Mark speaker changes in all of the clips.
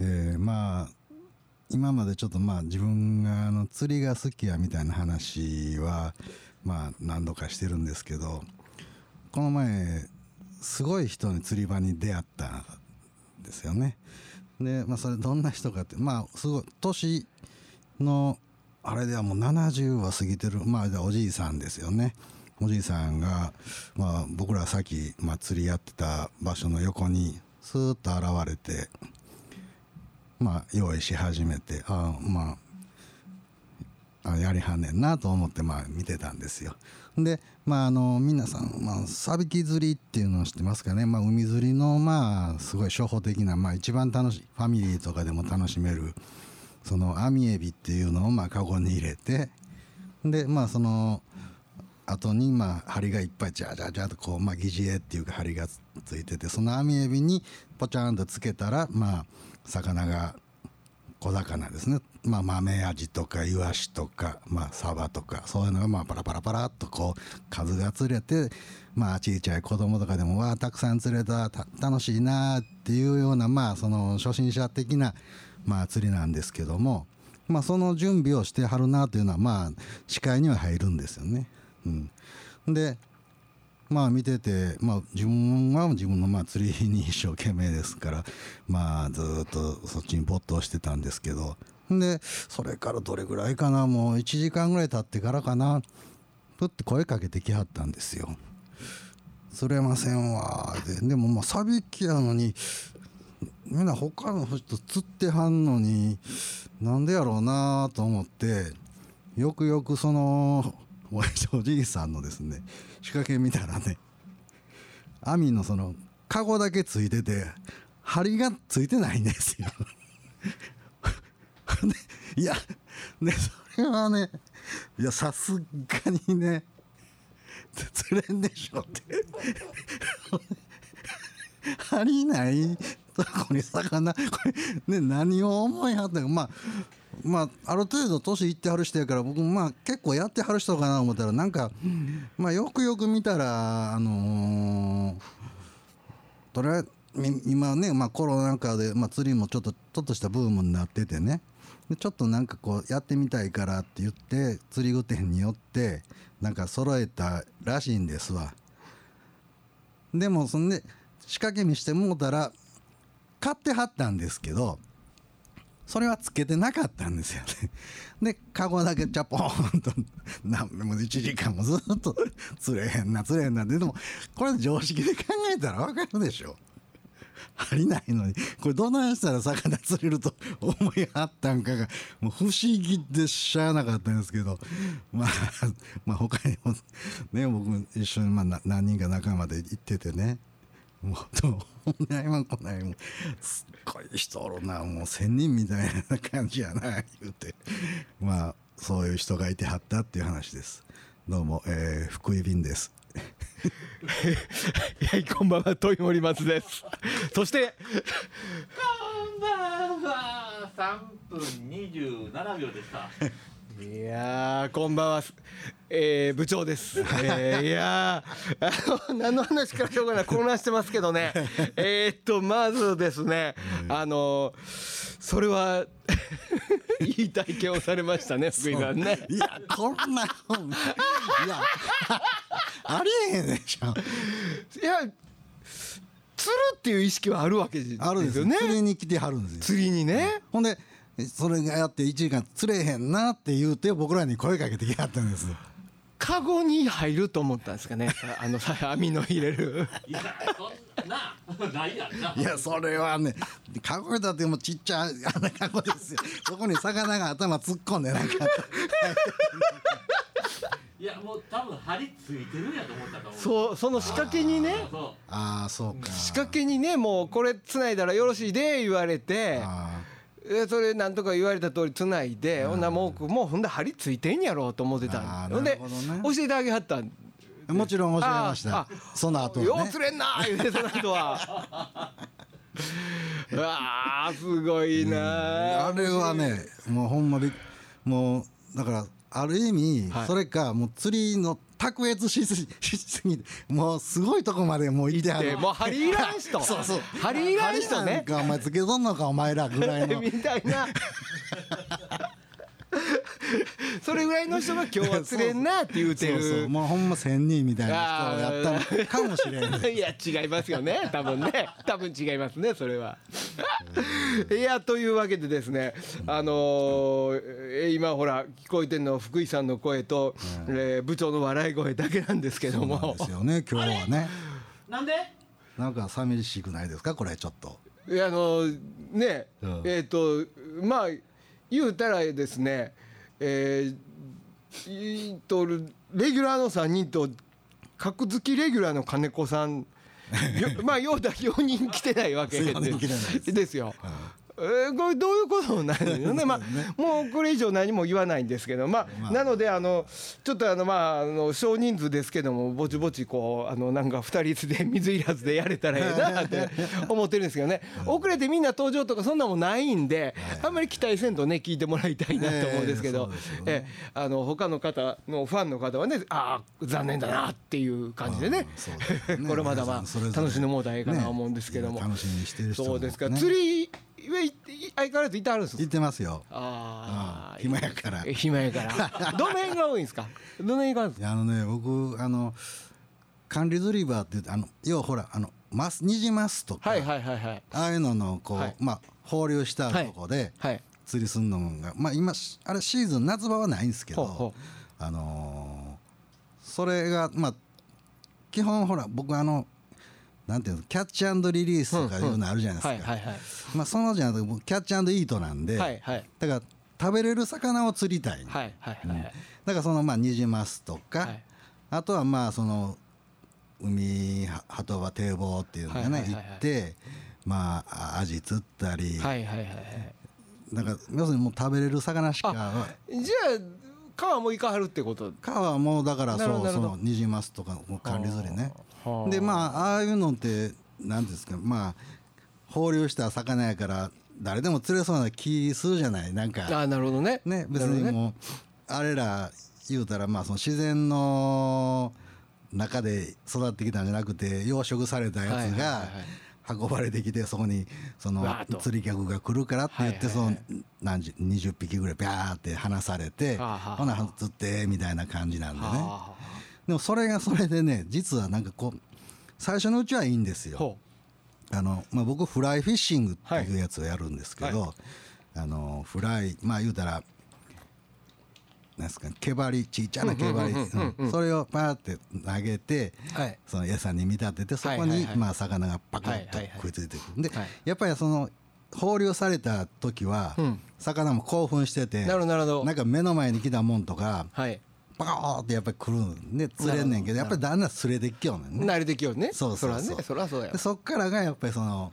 Speaker 1: えーまあ今までちょっとまあ自分があの釣りが好きやみたいな話はまあ何度かしてるんですけどこの前すごい人に釣り場に出会ったんですよね。でまあそれどんな人かってまあすごい年のあれではもう70は過ぎてるまあじゃあおじいさんですよね。おじいさんが、まあ、僕らさっき、まあ、釣り合ってた場所の横にスーッと現れてまあ、用意し始めてああまああやりはんねんなと思ってまあ見てたんですよ。でまああの皆さん、まあ、サビキ釣りっていうのを知ってますかね、まあ、海釣りのまあすごい初歩的な、まあ、一番楽しいファミリーとかでも楽しめるその網エビっていうのをまあカゴに入れてでまあその後にまあ針がいっぱいジャージャージャーとこうまあ疑似餌っていうか針がつついててその網エビにポチャンとつけたらまあ魚が小魚ですね、まあ、豆アジとかイワシとか、まあ、サバとかそういうのがまあパラパラパラっとこう数が釣れてまあちいちゃい子供とかでもわあたくさん釣れたた楽しいなあっていうようなまあその初心者的なまあ釣りなんですけども。まあ、その準備をしてはるなというのはまあ視界には入るんですよね。うん、でまあ見てて、まあ、自分は自分のまあ釣りに一生懸命ですからまあずーっとそっちに没頭してたんですけどでそれからどれぐらいかなもう1時間ぐらい経ってからかなプッて声かけてきはったんですよ。釣れませんわーででもまあサビキやのにみんな他の人釣ってはんのになんでやろうなーと思ってよくよくそのおやじおじいさんのですね仕掛け見たらね網のそのカゴだけついてて針がついてないんですよ。 でいやねそれはねいやさすがにね釣れんでしょって針ないとこに魚これ、ね、何を思いはったかまあまあある程度年いってはる人やから僕もまあ結構やってはる人かな思ったらなんかまあよくよく見たらあのーとりあえずみ今ね、まあ、コロナ禍で、まあ、釣りもちょっとちょっとしたブームになっててねでちょっとなんかこうやってみたいからって言って釣り具店によってなんか揃えたらしいんですわ。でもそんで仕掛けにしてもうたら買ってはったんですけどそれはつけてなかったんですよね。でカゴだけチャポーンと何も1時間もずっと釣れへんな釣れへんなででもこれ常識で考えたらわかるでしょ。 ありないのにこれどないしたら魚釣れると 思いはったんかがもう不思議でしゃあなかったんですけど まあまあ他にもね僕一緒にまあな何人か仲間で行っててねもうどうないもんこないもんすっごい人おるなもう仙人みたいな感じやな言うてまあそういう人がいてはったっていう話ですどうも、えー福井便です
Speaker 2: はい、こんばんは、豊森松です。そして、
Speaker 3: こんばんは。三分二十七秒でした。
Speaker 2: いやー、こんばんは、すえー、部長です。えー、いやー、あの、何の話からしようかな、混乱してますけどね。えーっと、まずですね、あのー、それは。いい体験をされました ね、福井さんね。
Speaker 1: いや、こんなもん。いや、ありえへんでしょ。
Speaker 2: いや、釣るっていう意識はあるわけですよね。
Speaker 1: あるんですよ。釣りに来てはるんですよ。
Speaker 2: 釣りにね。
Speaker 1: ほんで、それがやって1時間釣れへんなって言うて、僕らに声かけてきはったんです。
Speaker 2: カゴに入ると思ったんですかね。さあの、さ網の入れる。
Speaker 3: いや、そんな、ないやんな。
Speaker 1: いや、それはね、カゴだってもうちっちゃい穴カゴですよ。そこに魚が頭突っ込んでなかった。
Speaker 3: いや、もう多分針ついてるんやと思ったと思う。
Speaker 2: そ
Speaker 3: う。
Speaker 2: う、その仕掛けにね。
Speaker 3: そ
Speaker 1: ああ、そうか。
Speaker 2: 仕掛けにねもうこれつないだらよろしいで言われて
Speaker 1: あ
Speaker 2: でそれなんとか言われた通りつないでほんならもうもうほんで針ついてんやろうと思ってた
Speaker 1: あ
Speaker 2: ん
Speaker 1: ー
Speaker 2: ほんで
Speaker 1: なるほどね
Speaker 2: 教えてあげはったん
Speaker 1: あもちろん教えまし
Speaker 2: あ
Speaker 1: た。その後
Speaker 2: よ
Speaker 1: は
Speaker 2: う
Speaker 1: ね
Speaker 2: 釣。れんな言うてたの後は うわあすごいな
Speaker 1: あれはねもうほんまびもうだからある意味、
Speaker 2: はい
Speaker 1: それかもう釣りの卓越しすぎしすぎてもうすごいとこまでもう行っては
Speaker 2: で
Speaker 1: る
Speaker 2: もうハリーランス と
Speaker 1: そうそう
Speaker 2: ハリーランスと
Speaker 1: 針なん
Speaker 2: ね
Speaker 1: かお前つけとんのかお前らぐら いの
Speaker 2: みた いなそれぐらいの人が今日は釣れんなって言うて
Speaker 1: そうそう
Speaker 2: る
Speaker 1: もうほんま仙人みたいな人をやったのかもしれん
Speaker 2: いや違いますよね多分ね多分違いますねそれは。 いやというわけでですねあのーえー今ほら聞こえてるのは福井さんの声と、えー部長の笑い声だけなんですけど
Speaker 1: なん
Speaker 2: も
Speaker 1: ですよね今日はね
Speaker 3: なんで
Speaker 1: なんか寂しくないですかこれちょっと
Speaker 2: いやあのーね、
Speaker 1: うん
Speaker 2: えっ、とまあ言うたらですねえーいとレギュラーの3人と格付きレギュラーの金子 さんよまあ要だ4人来てないわけ
Speaker 1: そう四人来てないです
Speaker 2: ですよ。えーこれどういうことなんで すよね、まあ、もうこれ以上何も言わないんですけど、ま
Speaker 1: ま
Speaker 2: あ、
Speaker 1: あ
Speaker 2: なのであのちょっとあの、まあ、あの少人数ですけどもぼちぼちこうあのなんか2人で水いらずでやれたらええ なって思ってるんですけどね遅れてみんな登場とかそんなもんないんであんまり期待せんとね聞いてもらいたいなと思うんですけど
Speaker 1: ええそうですよ
Speaker 2: ええあの他の方のファンの方はねああ残念だなっていう感じでね
Speaker 1: うんそうですよね
Speaker 2: これまだま
Speaker 1: 皆さんそれ
Speaker 2: あ
Speaker 1: ぞれ
Speaker 2: 楽しんでもうたらええかな思うんですけども。
Speaker 1: ね楽しみにしてる人も
Speaker 2: そうですか、
Speaker 1: ね
Speaker 2: 釣りは行って相変わらずいてはるんですか
Speaker 1: 行ってますよ
Speaker 2: ああ、
Speaker 1: うん暇やから
Speaker 2: え暇 やから。どの辺が多いんですか。どの辺が多いんです
Speaker 1: いやあのね僕あの管理ズリバーって言ってあの要はほらあのマスニジマスと
Speaker 2: か。
Speaker 1: か、
Speaker 2: はいはいはいはい。
Speaker 1: ああいうののこう、
Speaker 2: はい
Speaker 1: まあ放流したとこで
Speaker 2: はい。
Speaker 1: 釣りすんのが、まあ今しあれシーズン夏場はないんですけど
Speaker 2: ほうほ
Speaker 1: あのーそれがまあ基本ほら僕あのなんていうのキャッチアンドリリースとかいうのあるじゃないですか、
Speaker 2: はいはいはい。
Speaker 1: まあそのじゃなくて僕キャッチアンドイートなんで、
Speaker 2: はいはい。
Speaker 1: だから食べれる魚を釣りたい、
Speaker 2: はいはいはいはい。
Speaker 1: だからそのまあニジマスとか、
Speaker 2: はい
Speaker 1: あとはまあその海は鳩場堤防っていうのがね、
Speaker 2: はいはいはいはい
Speaker 1: 行ってまああアジ釣ったり、
Speaker 2: はいはいはいはい。
Speaker 1: なんか要するにもう食べれる魚しか
Speaker 2: じゃあ、川も行かはるってこと。
Speaker 1: かはもうだから
Speaker 2: なるほ
Speaker 1: そう
Speaker 2: どなる
Speaker 1: そ
Speaker 2: ほど
Speaker 1: のニジマスとかの管理釣りね
Speaker 2: はあ
Speaker 1: でまあああいうのって何ですかまあ放流した魚やから誰でも釣れそうな気するじゃないなんか
Speaker 2: ああ、なるほどね。
Speaker 1: ね別
Speaker 2: なるほ
Speaker 1: に
Speaker 2: どね
Speaker 1: もう、あれら言うたらまあその自然の中で育ってきたんじゃなくて養殖されたやつ
Speaker 2: はいは
Speaker 1: が
Speaker 2: いはい
Speaker 1: 運ばれてきてそこにその
Speaker 2: わーっと
Speaker 1: 釣り客が来るからって言って
Speaker 2: はい
Speaker 1: そ
Speaker 2: はいは
Speaker 1: の何十20匹ぐらいビャーって離されて
Speaker 2: はあはあ
Speaker 1: ほな釣ってみたいな感じなんでね
Speaker 2: は
Speaker 1: でもそれがそれでね実はなんかこう最初のうちはいいんです
Speaker 2: あ
Speaker 1: よ。
Speaker 2: ほ
Speaker 1: あのまあ、僕フライフィッシングっていうやつをやるんですけど、あのフライまあ言うたらなんですか毛針ちっちゃな毛針うんそれをパーって投げて
Speaker 2: う。はい。
Speaker 1: その餌に見立ててそこ
Speaker 2: はいはい
Speaker 1: に
Speaker 2: はい
Speaker 1: まあ魚がパク
Speaker 2: は
Speaker 1: ッ
Speaker 2: いはいはい
Speaker 1: と食いついてくるで
Speaker 2: はい
Speaker 1: やっぱりその放流された時は
Speaker 2: うん
Speaker 1: 魚も興奮してて
Speaker 2: なるほどなるほど
Speaker 1: なんか目の前に来たもんとか
Speaker 2: はい。
Speaker 1: パコーってやっぱり来るんで釣れんねんけどやっぱりだんだん釣れてきよんねんね。
Speaker 2: 慣れてきようね。
Speaker 1: そうそうそう
Speaker 2: そらね、そらそうや
Speaker 1: で。そっからがやっぱりその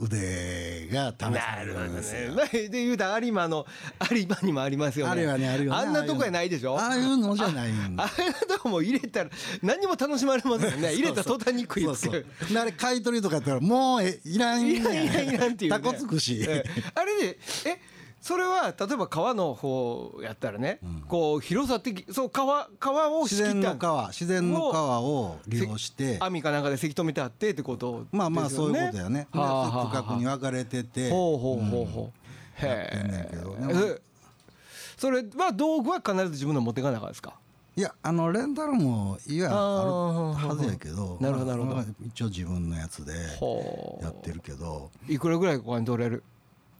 Speaker 1: 腕が試さ
Speaker 2: な
Speaker 1: れ
Speaker 2: る
Speaker 1: る
Speaker 2: ほ
Speaker 1: ん
Speaker 2: ど
Speaker 1: ですよ。
Speaker 2: ね。 なで言うたら有馬の有馬にもありますよね。
Speaker 1: あるよねあるよね。
Speaker 2: あんなとこやないでしょ。
Speaker 1: ああいうのじゃないんだ。
Speaker 2: あれとかも入れたら何も楽しまれます よね入れた途端に食い
Speaker 1: そう
Speaker 2: つ
Speaker 1: そ
Speaker 2: け
Speaker 1: う
Speaker 2: る。
Speaker 1: であれ買い取りとかやったらもうえいらん
Speaker 2: いら んいらんいらんっていうね
Speaker 1: タコつくし。
Speaker 2: ええあれでえそれは例えば川の方やったらね、こう広さ的そう川川を仕
Speaker 1: 自
Speaker 2: 切った
Speaker 1: 然の川自然の川を利用して。
Speaker 2: 網かなんかでせき止めてあってってことですよね
Speaker 1: まあまあそういうことだよね。で
Speaker 2: はあはあ
Speaker 1: 区画に分かれてて。
Speaker 2: ほうほうほうほう、
Speaker 1: やってんねん
Speaker 2: へ
Speaker 1: けど
Speaker 2: ええそれは道具は必ず自分の持っていかなあかんですか
Speaker 1: いやあのレンタルもいや
Speaker 2: あ
Speaker 1: ある
Speaker 2: ー
Speaker 1: はずやけど。
Speaker 2: なるほどなるほど
Speaker 1: まあ一応自分のやつで
Speaker 2: ほう
Speaker 1: やってるけど。
Speaker 2: いくらぐらいお金取れる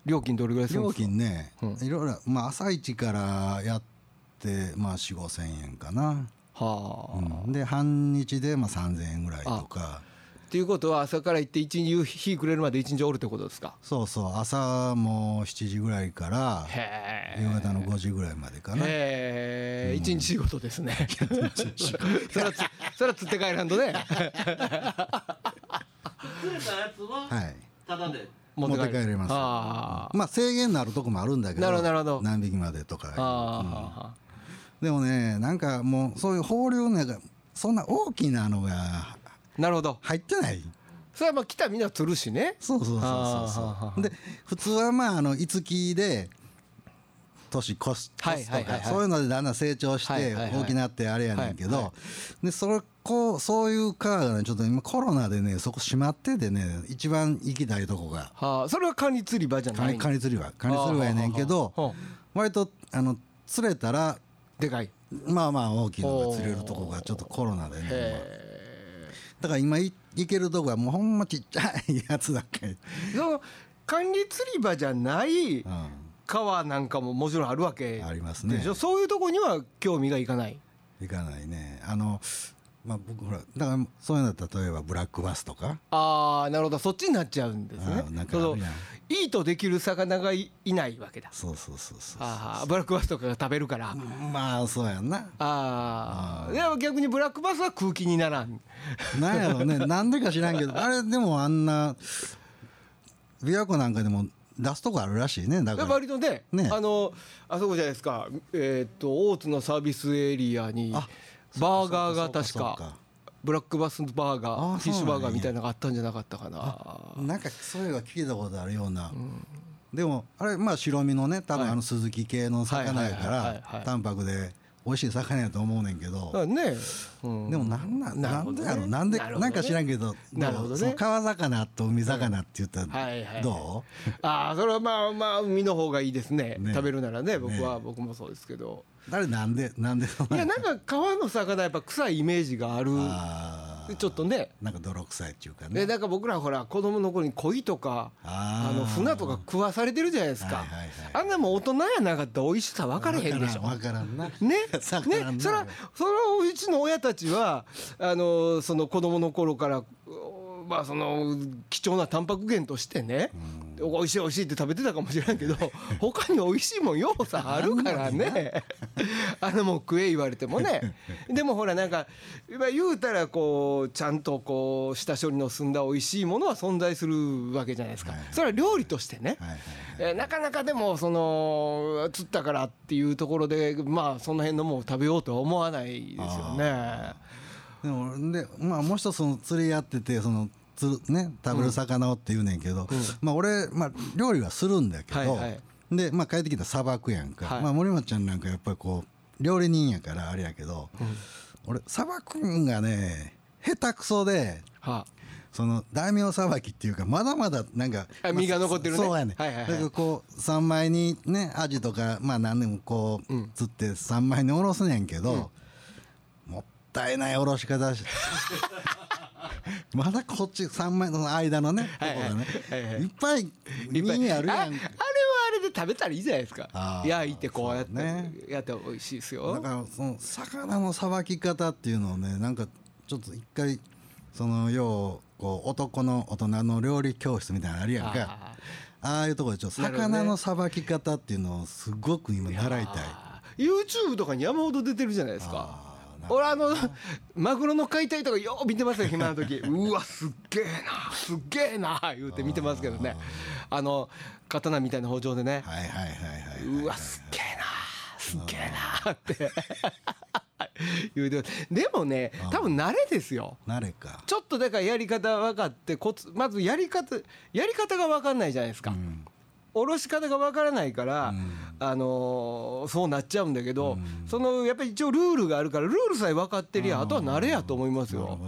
Speaker 2: 料金どれぐらいするんで
Speaker 1: 料
Speaker 2: すか
Speaker 1: 金ね、いろいろまあ朝一からやってまあ4 5千円かな、
Speaker 2: はあ、
Speaker 1: うんで半日でまあ3千円ぐらいとか
Speaker 2: っていうことは朝から行って一日日暮れるまで一日おるってことですか
Speaker 1: そうそう朝も7時ぐらいから
Speaker 2: へ
Speaker 1: 夕方の5時ぐらいまでかな
Speaker 2: え一日仕事ですね そらつそら釣って帰らんとね
Speaker 3: 釣れたやつは、
Speaker 1: はい
Speaker 3: ただで
Speaker 1: 持って帰れます
Speaker 2: あ
Speaker 1: まあ制限のあるとこもあるんだけど
Speaker 2: なるほどなるほど
Speaker 1: 何匹までとか
Speaker 2: ああ
Speaker 1: うんでもねなんかもうそういう放流なんかそんな大きなのが
Speaker 2: あなるほど
Speaker 1: 入ってない
Speaker 2: それはまあ来たみんな釣るしね
Speaker 1: そうそうそうそう
Speaker 2: あーはあは
Speaker 1: そ
Speaker 2: あ
Speaker 1: うで普通はまああのいつきで年越す
Speaker 2: は
Speaker 1: 越
Speaker 2: い
Speaker 1: すと
Speaker 2: はいはい
Speaker 1: か
Speaker 2: はい
Speaker 1: そういうのでだんだん成長し
Speaker 2: はい
Speaker 1: て
Speaker 2: はいはい
Speaker 1: 大きなってあれやねんけ
Speaker 2: はいは
Speaker 1: どでそれこうそういうカーがねちょっと今コロナでねそこ閉まっててね一番行きたいとこが
Speaker 2: はあ、それはカニ釣り場じゃ
Speaker 1: カ
Speaker 2: ない
Speaker 1: ニカニ釣りはカニ釣りはやねんけど
Speaker 2: はあはあは
Speaker 1: 割とあの釣れたら
Speaker 2: でかい
Speaker 1: まあまあ大きいのが釣れるとこがちょっとコロナでね今
Speaker 2: へ
Speaker 1: だから今い行けるとこはもうほんまちっちゃいやつだけ、
Speaker 2: えそのカニ釣り場じゃない
Speaker 1: うん、
Speaker 2: 川なんかももちろんあるわけ
Speaker 1: ありますね
Speaker 2: でしょそういうとこには興味がいかない
Speaker 1: 行かないねあのまあ僕ほらだからそういうのだったら例えばブラックバスとか
Speaker 2: ああなるほどそっちになっちゃうんですね
Speaker 1: あーなんか
Speaker 2: そ
Speaker 1: あ
Speaker 2: の
Speaker 1: るやん
Speaker 2: いいとできる魚がいいないわけだ
Speaker 1: そうそうそうそう
Speaker 2: ああブラックバスとかが食べるから、あ
Speaker 1: まあそうやんな
Speaker 2: あ
Speaker 1: あー
Speaker 2: でも逆にブラックバスは空気にならん
Speaker 1: なんやろ ねなんでか知らんけどあれでもあんな琵琶湖なんかでも出すとこあるらしいねだ
Speaker 2: で
Speaker 1: から
Speaker 2: 割とね
Speaker 1: ね
Speaker 2: あのあそこじゃないですかえーっと大津のサービスエリアに
Speaker 1: あ
Speaker 2: バーガーが
Speaker 1: そうか
Speaker 2: 確
Speaker 1: そうか
Speaker 2: かブラックバスバーガ
Speaker 1: あ
Speaker 2: ー
Speaker 1: ー
Speaker 2: フィッシュバ
Speaker 1: そう
Speaker 2: ーガー
Speaker 1: なんや
Speaker 2: みたいなのがあったんじゃなかったかな
Speaker 1: なんかそういうの聞いたことあるような、でもあれまあ白身のね多
Speaker 2: は
Speaker 1: 分
Speaker 2: い
Speaker 1: あの鈴木系の魚やか
Speaker 2: はいはいはいはいは
Speaker 1: ら
Speaker 2: い
Speaker 1: 淡白で美味しい魚やと思うねんけど、
Speaker 2: だからね、うん
Speaker 1: でもなんなん
Speaker 2: なる
Speaker 1: な
Speaker 2: ほ
Speaker 1: ん
Speaker 2: ど
Speaker 1: で
Speaker 2: ね
Speaker 1: やろなんで
Speaker 2: なるほど
Speaker 1: な
Speaker 2: ね
Speaker 1: んか知らんけど
Speaker 2: なるほどね
Speaker 1: うその川魚と海魚って言った
Speaker 2: はいは
Speaker 1: ら
Speaker 2: い
Speaker 1: ど
Speaker 2: ああそれはまあまあ海の方がいいですね
Speaker 1: ね
Speaker 2: 食べるならね僕は、
Speaker 1: ね
Speaker 2: 僕もそうですけど
Speaker 1: う誰なんでなんでそん
Speaker 2: い
Speaker 1: な
Speaker 2: やなんか川の魚やっぱ臭いイメージがある
Speaker 1: あー
Speaker 2: ちょっとね
Speaker 1: なんか泥臭いっていうか
Speaker 2: で
Speaker 1: ね
Speaker 2: なんか僕らほら子供の頃に鯉とか
Speaker 1: あ
Speaker 2: あの船とか食わされてるじゃないですか、
Speaker 1: はいはいはい
Speaker 2: あんなもん大人やなかったら美味しさ分からへんでしょ
Speaker 1: 分からんな
Speaker 2: ね
Speaker 1: 魚の
Speaker 2: ねそらそのうちの親たちはあのその子供の頃からおまあその貴重なタンパク源としてね、美味しい美味しいって食べてたかもしれないけ ど他に美味しいもんようさあるからね あのもう食え言われて もねでもほらなんかまあ言うたらこうちゃんとこう下処理の済んだ美味しいものは存在するわけじゃないですか、
Speaker 1: はいはい
Speaker 2: それは料理としてね、
Speaker 1: はいはい
Speaker 2: えーなかなかでもその釣ったからっていうところでまあその辺のもう食べようとは思わないですよね。
Speaker 1: でもでまあもう一つその釣りやっててその釣るね食べる魚をって言うねんけど、まあ俺、まあ、料理はするんだけど、
Speaker 2: はいはい
Speaker 1: で、まあ、帰ってきたらさばくやんか、
Speaker 2: はい
Speaker 1: まあ、森松ちゃんなんかやっぱりこう料理人やからあれやけど、俺さばくんがね下手くそで
Speaker 2: は
Speaker 1: その大名さばきっていうかまだまだなんか
Speaker 2: あ身が残ってるね
Speaker 1: そうやね、
Speaker 2: はいはいはい
Speaker 1: だからこう三枚にねアジとかまあ何でもこう釣って三枚におろすねんけど、もったいないおろし方 しまだこっち三枚の間のね、
Speaker 2: はいはい
Speaker 1: とこが
Speaker 2: はい
Speaker 1: ね、
Speaker 2: はい
Speaker 1: いっぱい
Speaker 2: い。いっぱい
Speaker 1: 身ある
Speaker 2: ああ
Speaker 1: や
Speaker 2: れ
Speaker 1: ん
Speaker 2: はあれで食べたらいいじゃないですか
Speaker 1: あ。ー
Speaker 2: 焼いてこうやって
Speaker 1: そうね
Speaker 2: やって美味しいです
Speaker 1: だ
Speaker 2: よ
Speaker 1: か。らその魚のさばき方っていうのをねなんかちょっと一回その要こう男の大人の料理教室みたいなのあるやんか
Speaker 2: あ
Speaker 1: ああいうところでちょっと
Speaker 2: なるほどね
Speaker 1: 魚のさばき方っていうのをすごく今習いたい
Speaker 2: あ YouTube とかに山ほど出てるじゃないですか。
Speaker 1: あーな
Speaker 2: 俺あのマグロの解体とかよう見てますよ暇な時うわすっげえなすっげえな言うて見てますけどねあの刀みたいな包丁でね
Speaker 1: はいはいはいはいはいう
Speaker 2: わすっげえなすっげえなって言うてますでもね多分慣れですよ
Speaker 1: 慣れか
Speaker 2: ちょっとだからやり方分かってコツまずやり方やり方が分かんないじゃないですか、おろし方が分からないから、あのーそうなっちゃうんだけど、そのやっぱり一応ルールがあるからルールさえ分かってりゃあとは慣れやと思いますよ、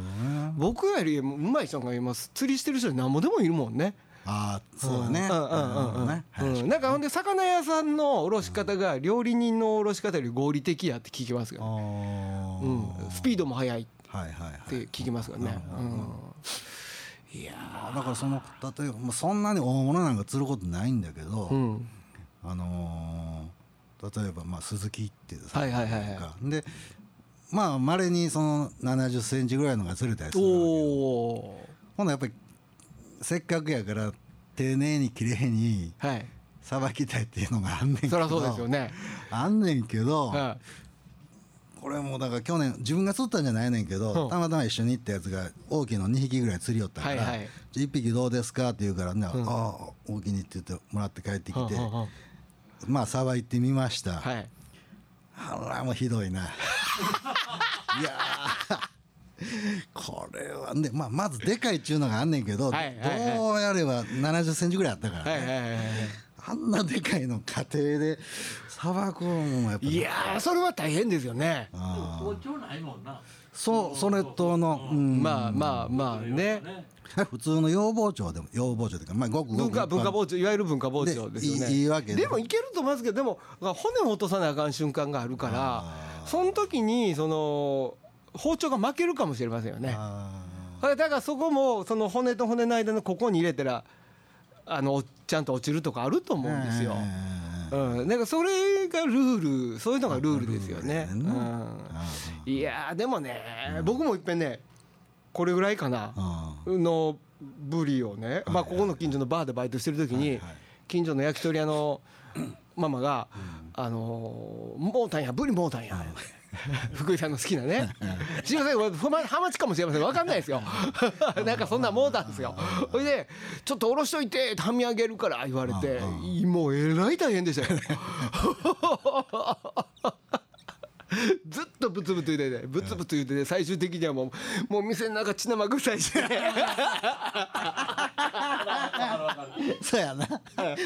Speaker 2: 僕よりうまい人がいます釣りしてる人に何もでもいるもんね
Speaker 1: ああそうだね
Speaker 2: うんうんうんうん
Speaker 1: なる
Speaker 2: う
Speaker 1: ほどね
Speaker 2: ん、なんかほんで魚屋さんのおろし方が料理人のおろし方より合理的やって聞きますよ、
Speaker 1: は
Speaker 2: う
Speaker 1: い
Speaker 2: ん、スピードも速いっ
Speaker 1: あーはいはいはい
Speaker 2: て聞きますよね、うん、いや
Speaker 1: だからその例えばまあそんなに大物なんか釣ることないんだけど、
Speaker 2: ーうん
Speaker 1: あのー例えばまあ鈴木ってさ、
Speaker 2: はいはいはいはい
Speaker 1: なんかでまあまれにその7 0センチぐらいのが釣れたりするわけよ
Speaker 2: おお
Speaker 1: ほなやっぱりせっかくやから丁寧に綺麗に
Speaker 2: ーはい
Speaker 1: さばきたいっていうのがあんねんけど
Speaker 2: そりゃそうですよね、
Speaker 1: あんねんけど、
Speaker 2: は
Speaker 1: これもだから去年自分が釣ったんじゃないねんけど、
Speaker 2: うん
Speaker 1: たまたま一緒に行ったやつが大きいの2匹ぐらい釣りよったから「
Speaker 2: はいはい
Speaker 1: 1匹どうですか?」って言うからね「ああ大きいに」って言ってもらって帰って
Speaker 2: いは
Speaker 1: きて、
Speaker 2: あは
Speaker 1: まあさばいてみました、
Speaker 2: あはい
Speaker 1: あらもうひどいないやーこれはね、まあ、まずでかいっちゅうのがあんねんけど、
Speaker 2: はいはいはい
Speaker 1: どうやれば7 0ンチぐらいあったから、ね
Speaker 2: はいはいはいはい
Speaker 1: あんなでかいの家庭でさばくのもやっぱり
Speaker 2: いやーそれは大変ですよね
Speaker 1: あー
Speaker 3: 包丁ないもんな。
Speaker 1: そうそれとの、うん
Speaker 2: まあまあまあね
Speaker 1: 普通の要包丁でも要包丁というか、まあ、ごくごく
Speaker 2: 文化
Speaker 1: 一般
Speaker 2: 文化包丁いわゆる文化包丁ですよね
Speaker 1: でいいいわけで
Speaker 2: でもいけると思いますけどでも骨を落とさなあかん瞬間があるからその時にその包丁が負けるかもしれませんよね
Speaker 1: あー
Speaker 2: だからそこもその骨と骨の間のここに入れたらあのちゃんと落ちるとかあると思うんですよ、
Speaker 1: えー
Speaker 2: うん、なんかそれがルールそういうのがルールですよね、
Speaker 1: あ
Speaker 2: う
Speaker 1: ルールだよね
Speaker 2: ん、
Speaker 1: あ
Speaker 2: いやーでもね、僕もいっぺんねこれぐらいかな、
Speaker 1: あ
Speaker 2: のブリをね、まあ、ここの近所のバーでバイトしてる時に近所の焼き鳥屋のママが「あのーもうたんやブリもうたんや」 福井さんの好きなねすいませんこれほんまハマチかもしれません分かんないですよなんかそんなん もうたんですよそれで「ちょっとおろしといてはみ上げるから」言われてもうえらい大変でしたよ ずっとブツブツ言うててブツブツ言うてて最終的にはもうもう店の中血生臭いし
Speaker 1: そうやな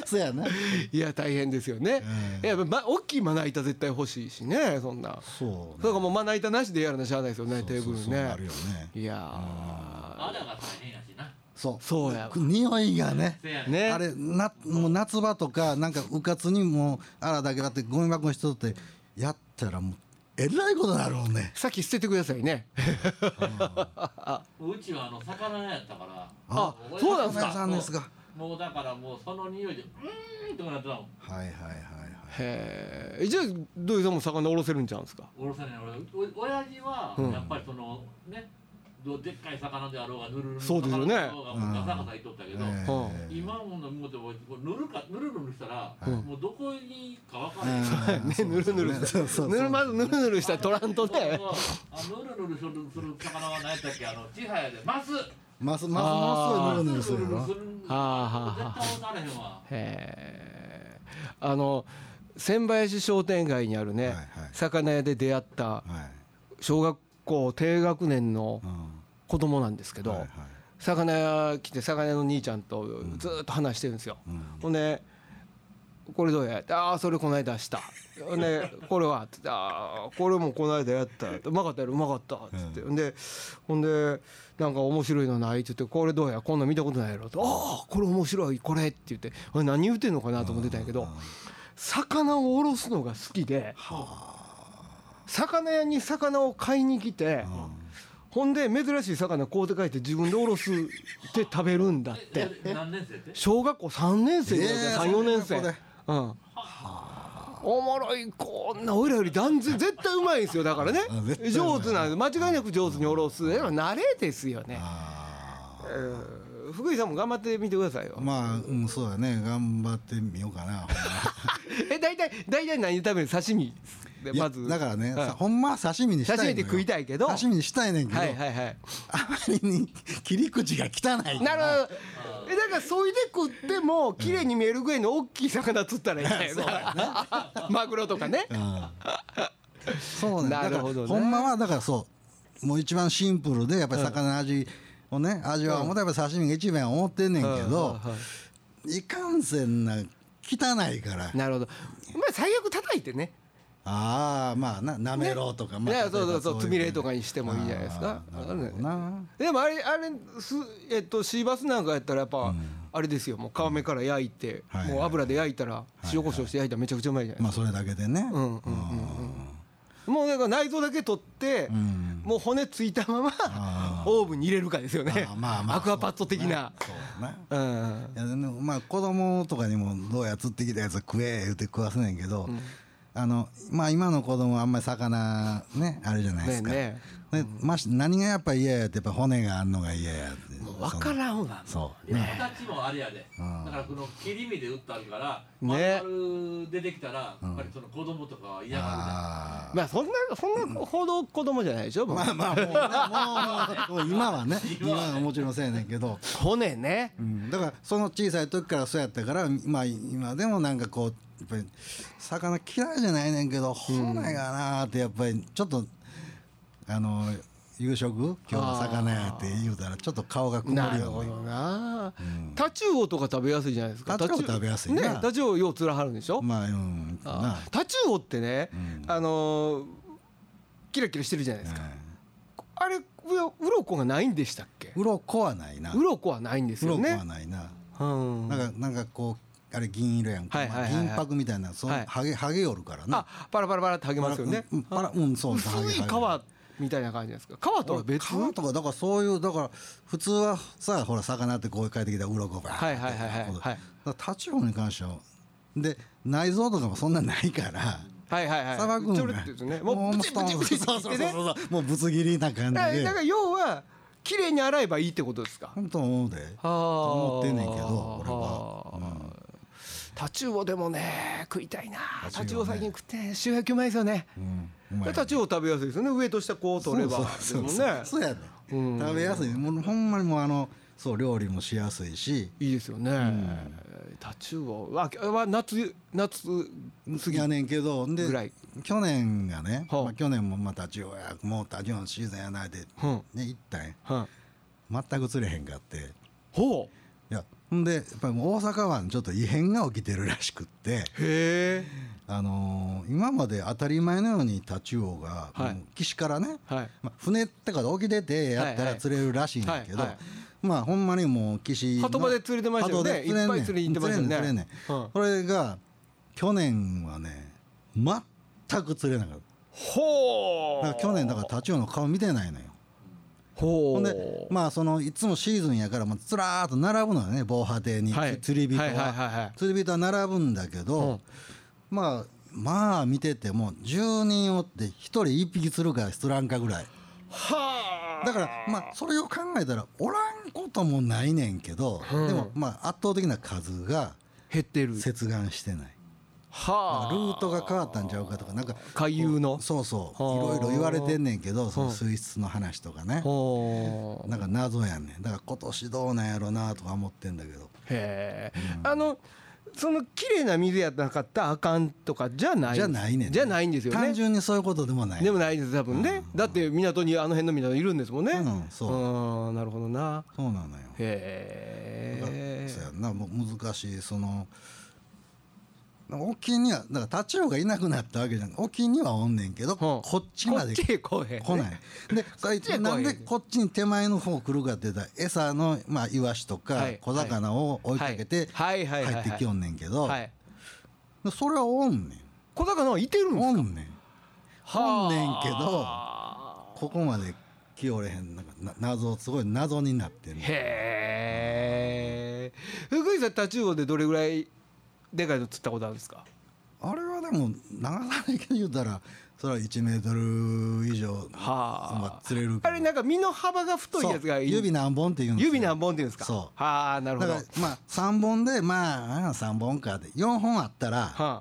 Speaker 1: そうやない
Speaker 2: や大変ですよね、いやま大きいまな板絶対欲しいしねそんな
Speaker 1: そう
Speaker 2: だからもうまな板なしでやらなしゃあないですよねテーブル
Speaker 1: そ
Speaker 2: ね
Speaker 1: うそうあるよね
Speaker 2: いや
Speaker 3: まだが大変やしな。
Speaker 1: そう
Speaker 2: そうや
Speaker 1: 匂いがね
Speaker 3: せや
Speaker 2: ーね
Speaker 1: あれなもう夏場とかなんかうかつにもうあらだけだってゴミ箱にしとってやったらもうえらいことになるもんね
Speaker 2: さっき捨ててくださいね
Speaker 3: うちはあの魚屋やったから。
Speaker 2: あそうなんです
Speaker 1: お魚
Speaker 2: か
Speaker 1: 屋さんですか
Speaker 3: もうだからもうその匂いでうーんってなってたもん。
Speaker 1: はいはいはいはい
Speaker 2: へえじゃあ土井さんも魚おろせるんちゃうんですか
Speaker 3: おろさない俺お親父はやっぱりそのね、どうでっかい魚であろうがぬるぬる
Speaker 2: そうですよね
Speaker 3: 魚であろうがもうガサガサ言っとったけど。
Speaker 1: ええ
Speaker 3: 今ものもうでもこうぬるかぬるぬるしたら、
Speaker 2: い
Speaker 3: もうどこにかわかんない。
Speaker 1: ええ
Speaker 2: ねぬるぬる し
Speaker 1: そう
Speaker 2: た
Speaker 1: そう
Speaker 2: ぬるまずぬるぬるしたら取らんとね
Speaker 3: あぬるぬるするする魚は何やったっけあのちはやでマス
Speaker 1: ますますますぬるぬるするやろ
Speaker 3: する絶
Speaker 2: はあはあはあ
Speaker 3: 対おなれへんわ
Speaker 2: へえあの千林商店街にあるね、
Speaker 1: はいはい
Speaker 2: 魚屋で出会った
Speaker 1: はい
Speaker 2: 小学校低学年の
Speaker 1: うん
Speaker 2: 子供なんですけど、
Speaker 1: はいはい
Speaker 2: 魚屋来て魚屋の兄ちゃんとずーっと話してるんですよ、ほんで「これどうや?」って「ああそれこの間した」 ほんで「これは?」って「ああこれもこの間やった」うまかったやろうまかった」っつって、ほんでほんで「なんか面白いのない?」って言って「これどうやこんなん見たことないやろ」と「ああこれ面白いこれ」って言ってこれ何言うてんのかなと思ってたんやけど魚をおろすのが好きで魚屋に魚を買いに来て。ほんで珍しい魚こうて書いて自分でおろすって食べるんだって
Speaker 3: え何年生って
Speaker 2: 小学校3年生ぐらい
Speaker 1: ええ
Speaker 2: か34年生
Speaker 1: そんな子で
Speaker 2: うんおもろいこんな俺らより断然絶対うまいんですよだからね
Speaker 1: あ絶対うまい
Speaker 2: 上手なんで間違いなく上手におろすでも慣れですよね
Speaker 1: あー
Speaker 2: うん福井さんも頑張ってみてくださいよ
Speaker 1: まあ、うん、そうだね頑張ってみようかな
Speaker 2: え大体大体何食べる刺身で
Speaker 1: いや
Speaker 2: まず
Speaker 1: だからね、
Speaker 2: はい
Speaker 1: さほんまは刺身にしたいのよ
Speaker 2: 刺身で食いたいけど
Speaker 1: 刺身にしたいねんけど、
Speaker 2: はいはいはい
Speaker 1: あまりに切り口が汚い
Speaker 2: なる
Speaker 1: ど
Speaker 2: ほどえだからそいで食っても綺麗に見えるぐらいの大きい魚釣ったらいいん だよな マグロとかね
Speaker 1: うんそうね。
Speaker 2: なるほど
Speaker 1: だ
Speaker 2: ね
Speaker 1: からほんまはだからそう、もう一番シンプルでやっぱり魚の味をね、味は思ったらやっぱ刺身が一番思ってんねんけど、いかんせんな汚いから。
Speaker 2: なるほどまあ最悪叩いてね
Speaker 1: ああまあななめろうとか、ま
Speaker 2: ね
Speaker 1: あ
Speaker 2: そうそうそうつみれと
Speaker 1: か
Speaker 2: かにしてもいいじゃないですか
Speaker 1: なるほどな。
Speaker 2: でもあれあれすえっとシーバスなんかやったらやっぱ、あれですよもう皮目から焼いて、
Speaker 1: はい
Speaker 2: もう油で焼いたら、塩コショウして焼いたらめちゃくちゃうまいじゃないで
Speaker 1: まあそれだけでね。
Speaker 2: んうんすか、もうだから内臓だけ取って、
Speaker 1: ん
Speaker 2: もう骨ついたまま
Speaker 1: あ
Speaker 2: オーブンに入れるかですよね
Speaker 1: あーまあまあ
Speaker 2: アクアパッド的な
Speaker 1: そうな。
Speaker 2: う,、ん
Speaker 1: いやでもまあ子供とかにもどうや釣ってきたやつ食え言うて食わせねんけど、あのまあ今の子供はあんまり魚ねあれじゃないですか、
Speaker 2: ね
Speaker 1: でまし何がやっぱ嫌やってやっぱ骨があんのが嫌やって
Speaker 2: 分からんわ
Speaker 1: そ
Speaker 3: いや形もあれやで、だからこの切り身で打ってあるから、
Speaker 2: ね
Speaker 3: 丸々出てきたら、やっぱりその子供とかは嫌が
Speaker 1: あ
Speaker 2: まあそんなそんなほど子供じゃないでしょ、もう
Speaker 1: あまあまあもうもうもう今はね今はもちろんそうやねんけど、
Speaker 2: 骨ね
Speaker 1: うんだからその小さい時からそうやったからまあ今でもなんかこうやっぱり魚嫌いじゃないねんけど骨がなーってやっぱりちょっとあの夕食今日の魚やって言うたらちょっと顔が曇
Speaker 2: な
Speaker 1: る
Speaker 2: る
Speaker 1: よ
Speaker 2: ほ
Speaker 1: う
Speaker 2: ど
Speaker 1: な
Speaker 2: な、タチウオとか食べやすいじゃないですか
Speaker 1: タチウオ食べやすいな
Speaker 2: ねタチウオようつらはるんでしょ、
Speaker 1: まあうん
Speaker 2: あ
Speaker 1: な
Speaker 2: ータチウオってね、
Speaker 1: うん
Speaker 2: あのーキラキラしてるじゃないですか、
Speaker 1: はい
Speaker 2: あれう鱗がないんでしたっけ
Speaker 1: 鱗はないな
Speaker 2: 鱗はないんですよ
Speaker 1: 鱗
Speaker 2: ね
Speaker 1: はないな
Speaker 2: うん
Speaker 1: なんかなんかこうあれ銀色やんか
Speaker 2: はいはいはいはい
Speaker 1: まあ銀箔みたいなその
Speaker 2: はい
Speaker 1: ハゲハゲよるからな
Speaker 2: あパラパラパラって剥げますよね
Speaker 1: うんパラうんそう
Speaker 2: 薄い皮みたいな感じなんですか皮とは別
Speaker 1: 皮とかだからそういうだから普通はさほら魚ってこう帰ってきたら鱗が
Speaker 2: はいはいはいはい
Speaker 1: だ
Speaker 2: は
Speaker 1: か
Speaker 2: い
Speaker 1: らタチウオに関してはで内臓とかもそんなないから
Speaker 2: はいはいはい
Speaker 1: さばくん
Speaker 2: ちょろ
Speaker 1: が
Speaker 2: ってですねもうプチプチプチプチ
Speaker 1: そう
Speaker 2: っ
Speaker 1: そう
Speaker 2: て
Speaker 1: そう
Speaker 2: ね
Speaker 1: そうもうぶつ切りな感
Speaker 2: だから
Speaker 1: じで
Speaker 2: だから要は綺麗に洗えばいいってことですか
Speaker 1: 本当思うで
Speaker 2: 思
Speaker 1: 思ってんねんけど俺はうん
Speaker 2: タチウオでもね食いたいなタ
Speaker 1: タ
Speaker 2: チ
Speaker 1: チ
Speaker 2: ウ
Speaker 1: ウオ
Speaker 2: オ
Speaker 1: ね
Speaker 2: 最近食ってない塩焼きうまいですよね
Speaker 1: うんうまい
Speaker 2: タチウオ食べやすいですよね上と下こう取ればです
Speaker 1: そ
Speaker 2: も
Speaker 1: うんそうそう
Speaker 2: ね
Speaker 1: そうやね
Speaker 2: うん
Speaker 1: 食べやすいもうほんまにもうあのそう料理もしやすいし
Speaker 2: いいですよね、タチウオはは夏夏
Speaker 1: 次やねんけどで
Speaker 2: ぐらい
Speaker 1: 去年がね、
Speaker 2: はあ
Speaker 1: まあ、去年もまあタチウオやもうタチウオのシーズンやないで、
Speaker 2: うん
Speaker 1: ね、行ったんや
Speaker 2: はい
Speaker 1: 全く釣れへんかってい
Speaker 2: ほ
Speaker 1: やほんでやっぱりもう大阪湾ちょっと異変が起きてるらしくって、
Speaker 2: うへえ
Speaker 1: あのー今まで当たり前のようにタチウオが、
Speaker 2: はい
Speaker 1: もう岸からね、
Speaker 2: はい
Speaker 1: まあ、船とかで沖出てやっ
Speaker 2: は
Speaker 1: た
Speaker 2: いは
Speaker 1: ら
Speaker 2: い
Speaker 1: 釣れるらしいんだけど、
Speaker 2: はいはい
Speaker 1: まあほんまにもう岸の
Speaker 2: 波止場で釣れてましたよね
Speaker 1: 波止場で釣れん
Speaker 2: いっぱい釣りに行ってましたよね
Speaker 1: 釣れんん釣れんねんこれが去年はね全く釣れなかった
Speaker 2: ほ
Speaker 1: だから去年だからタチウオの顔見てないのよ
Speaker 2: ほ
Speaker 1: ほ
Speaker 2: うん
Speaker 1: でまあそのいつもシーズンやから、まあ、ずらーっと並ぶのよね防波堤に、
Speaker 2: はい
Speaker 1: 釣り人は,、
Speaker 2: はいはいはいはい
Speaker 1: 釣り人は並ぶんだけど、
Speaker 2: うん
Speaker 1: まあまあ見てても10人おって1人1匹釣るか釣らんかぐらい
Speaker 2: はあ
Speaker 1: だからまあそれを考えたらおらんこともないねんけど、
Speaker 2: うん
Speaker 1: でもまあ圧倒的な数が
Speaker 2: 減ってる
Speaker 1: 接岸してない
Speaker 2: はあ
Speaker 1: ルートが変わったんちゃうかとかなんか
Speaker 2: 回遊の
Speaker 1: そうそうい
Speaker 2: はあ
Speaker 1: ろいろ言われてんねんけどそ
Speaker 2: うん
Speaker 1: の水質の話とかね
Speaker 2: ほう
Speaker 1: なんか謎やねんだから今年どうなんやろなとか思ってんだけど
Speaker 2: へえ、あのその綺麗な水やなかったらあかんとかじゃない
Speaker 1: じゃないねん
Speaker 2: じゃないんですよね
Speaker 1: 単純にそういうことでもない
Speaker 2: でもないです多分ね、だって港にあの辺の港いるんですもんね、
Speaker 1: うんそう
Speaker 2: あーなるほどな
Speaker 1: そうなのよ
Speaker 2: へ
Speaker 1: そう
Speaker 2: え
Speaker 1: やんなもう難しいその沖にはだからタチウオがいなくなったわけじゃない沖にはおんねんけどこっちまで
Speaker 2: こっちへ来へん
Speaker 1: 来ない でそれ
Speaker 2: ちへ来い
Speaker 1: なんでこっちに手前の方来るかって言ったら餌のまあイワシと
Speaker 2: は
Speaker 1: か
Speaker 2: い
Speaker 1: 小魚を追いかけて
Speaker 2: は
Speaker 1: 入
Speaker 2: いはいはいはいはい
Speaker 1: ってきよんねんけど
Speaker 2: はい
Speaker 1: でそれはおんね
Speaker 2: 小魚はいてるん
Speaker 1: ん
Speaker 2: です
Speaker 1: お
Speaker 2: か
Speaker 1: んねんおんねんけど
Speaker 2: はあ
Speaker 1: ここまで来おれへんなんかな謎すごい謎になってる
Speaker 2: へえ福井さんタチウオでどれぐらいでかいの釣ったことあるんですか
Speaker 1: あれはでも長さだけ言うたらそれは1メートル以上まあ釣れるけ
Speaker 2: あ
Speaker 1: ど
Speaker 2: れなんか身の幅が太いやつがいい
Speaker 1: そう指
Speaker 2: な
Speaker 1: 何本っていうんですよ
Speaker 2: 指何本っていうんですか
Speaker 1: そ
Speaker 2: はあなる
Speaker 1: う
Speaker 2: ほ
Speaker 1: だ
Speaker 2: ど
Speaker 1: からまあ3本でまあ3本かって4本あったら
Speaker 2: はあ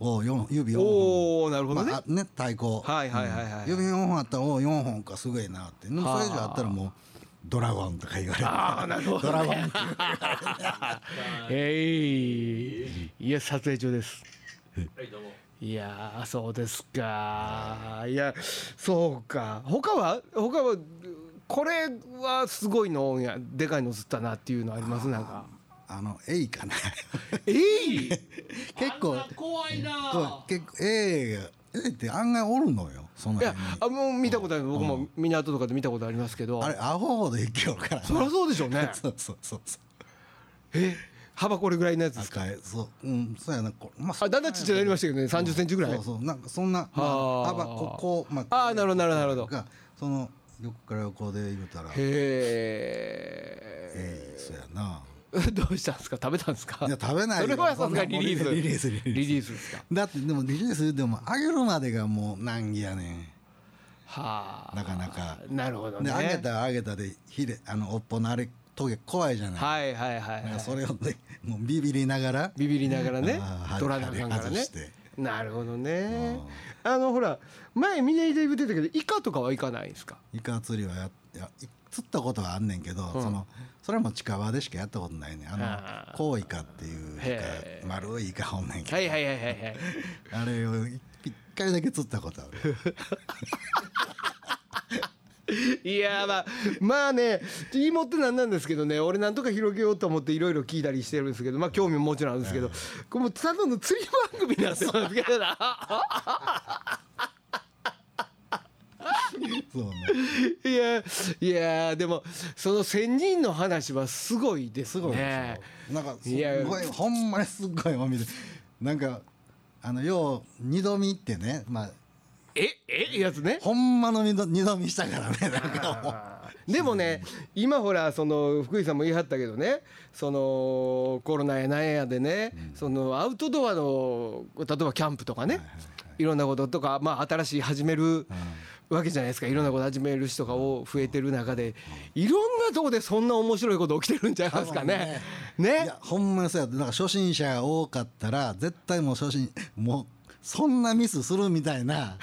Speaker 1: おう四指4本
Speaker 2: おおなるほどね、
Speaker 1: まあ、あね対抗
Speaker 2: はいはいはいはいはい
Speaker 1: 指4本あったらおう4本かすごいなってでも
Speaker 2: はあ
Speaker 1: それ以上あったらもうドラゴンとか言われる
Speaker 2: ああなるほど、ね、
Speaker 1: ドラゴンって
Speaker 2: えいいや撮影中です
Speaker 3: はいどうも
Speaker 2: いやーそうですかいやそうか他は他はこれはすごいのいやでかいの釣ったなっていうのありますなんか
Speaker 1: あのエイか な
Speaker 2: えい、
Speaker 1: 結構
Speaker 3: あんな怖いな
Speaker 1: こ
Speaker 3: あ
Speaker 1: う結構エイがエイって案外おるのよその
Speaker 2: いや
Speaker 1: 辺に
Speaker 2: あもう見たことある僕も港とかで見たことありますけど
Speaker 1: あれアホほど生きよるからな
Speaker 2: そりゃそうでしょうね
Speaker 1: そうそうそうそう
Speaker 2: え幅これぐらいのやつですか
Speaker 1: 赤いそううんそうやなこまあ
Speaker 2: あだんだんちっちゃくなりましたけどね3 0センチぐらい
Speaker 1: そうそうなんかそんな、ま
Speaker 2: は
Speaker 1: あ、
Speaker 2: あ
Speaker 1: 幅ここま
Speaker 2: あーなるほどなるほどなるほど
Speaker 1: がその横から横で言うたらえ
Speaker 2: へ
Speaker 1: えそうやな
Speaker 2: えどうしたんですか食べたんですか
Speaker 1: いや食べないよ
Speaker 2: それはさすがにリリー
Speaker 1: そ
Speaker 2: ス
Speaker 1: んなもんリリースリリース
Speaker 2: リリースですか
Speaker 1: だってでもリリース言うても上げるまでがもう難儀やね
Speaker 2: はあ
Speaker 1: なかなか
Speaker 2: なるほど
Speaker 1: んで
Speaker 2: ね
Speaker 1: 上げたら上げたでひれあのおっぽのあれトゲ怖いじゃない、
Speaker 2: はいはいは
Speaker 1: な
Speaker 2: い、
Speaker 1: ん
Speaker 2: は
Speaker 1: か
Speaker 2: い、
Speaker 1: それをねもうビビりながら
Speaker 2: ビビりながらね
Speaker 1: あー
Speaker 2: 取らなあかんから
Speaker 1: 外
Speaker 2: ね
Speaker 1: して
Speaker 2: なるほどねあのほら前ミネイで言ってたけどイカとかはいかないんですか
Speaker 1: イカ釣りはやいやい釣ったことはあんねんけど、
Speaker 2: うん
Speaker 1: そのそれはもう近場でしかやったことないねあ
Speaker 2: あー
Speaker 1: のコウイカっていうイ
Speaker 2: へえ
Speaker 1: カ丸いイカおんねんけど、
Speaker 2: はいはいはいはいはい
Speaker 1: あれを一一回だけ釣ったことある
Speaker 2: いやーまあまあね言いもってなんなんですけどね俺なんとか広げようと思っていろいろ聞いたりしてるんですけどまあ興味ももちろんあるんですけどこれもうただの釣り番組になってますけどな
Speaker 1: そうね
Speaker 2: いやいやーでもその仙人の話はすごいです
Speaker 1: すごい
Speaker 2: ね
Speaker 1: で。しょなんかす
Speaker 2: いや
Speaker 1: ごいほんまにすっごいお店なんかあのよう二度見行ってねまあ
Speaker 2: ええやつね
Speaker 1: ほんまの二度二度見したからねなんかもう
Speaker 2: でもね今ほらその福井さんも言い張ったけどねそのコロナやなんやでね、そのアウトドアの例えばキャンプとかね、いろんなこととか、まあ、新しい始めるわけじゃないですかいろんなこと始める人が多増えてる中でいろんなとこでそんな面白いこと起きてるんちゃいますかね。ね
Speaker 1: いやほんまにそうやなんか初心者が多かったら絶対もう初心もうそんなミスするみたい な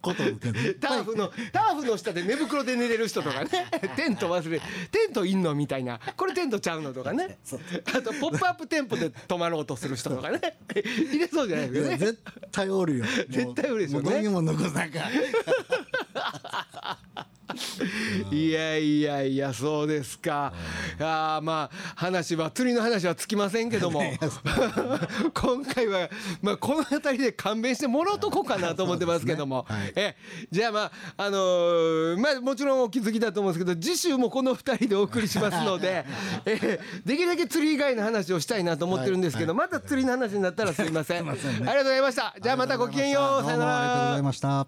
Speaker 1: ことって絶
Speaker 2: タ
Speaker 1: 対
Speaker 2: ーフのターフの下で寝袋で寝れる人と かねテント忘れテントいんのみたいなこれテントちゃうのとか ねあとポップアップテンポで泊まろうとする人とかね入れ そうじゃない
Speaker 1: い
Speaker 2: ですか
Speaker 1: や
Speaker 2: ね
Speaker 1: 絶対お るよ
Speaker 2: 絶対おるでしょうね
Speaker 1: もうもうどうにも残さんか
Speaker 2: いやいやいやそうですかあーまあ話は釣りの話はつきませんけど も 今回はまあこの辺りで勘弁してもらうとこうかなと思ってますけども
Speaker 1: そうです
Speaker 2: えじゃあまああのーまあもちろんお気づきだと思うんですけど次週もこの2人でお送りします のでえーできるだけ釣り以外の話をしたいなと思ってるんですけどまた釣りの話になったらすいませんありがとうございましたじゃあまたごきげんよう
Speaker 1: ど
Speaker 2: さ
Speaker 1: う
Speaker 2: よ
Speaker 1: も
Speaker 2: な
Speaker 1: ありがとうござ
Speaker 2: ら
Speaker 1: い。ました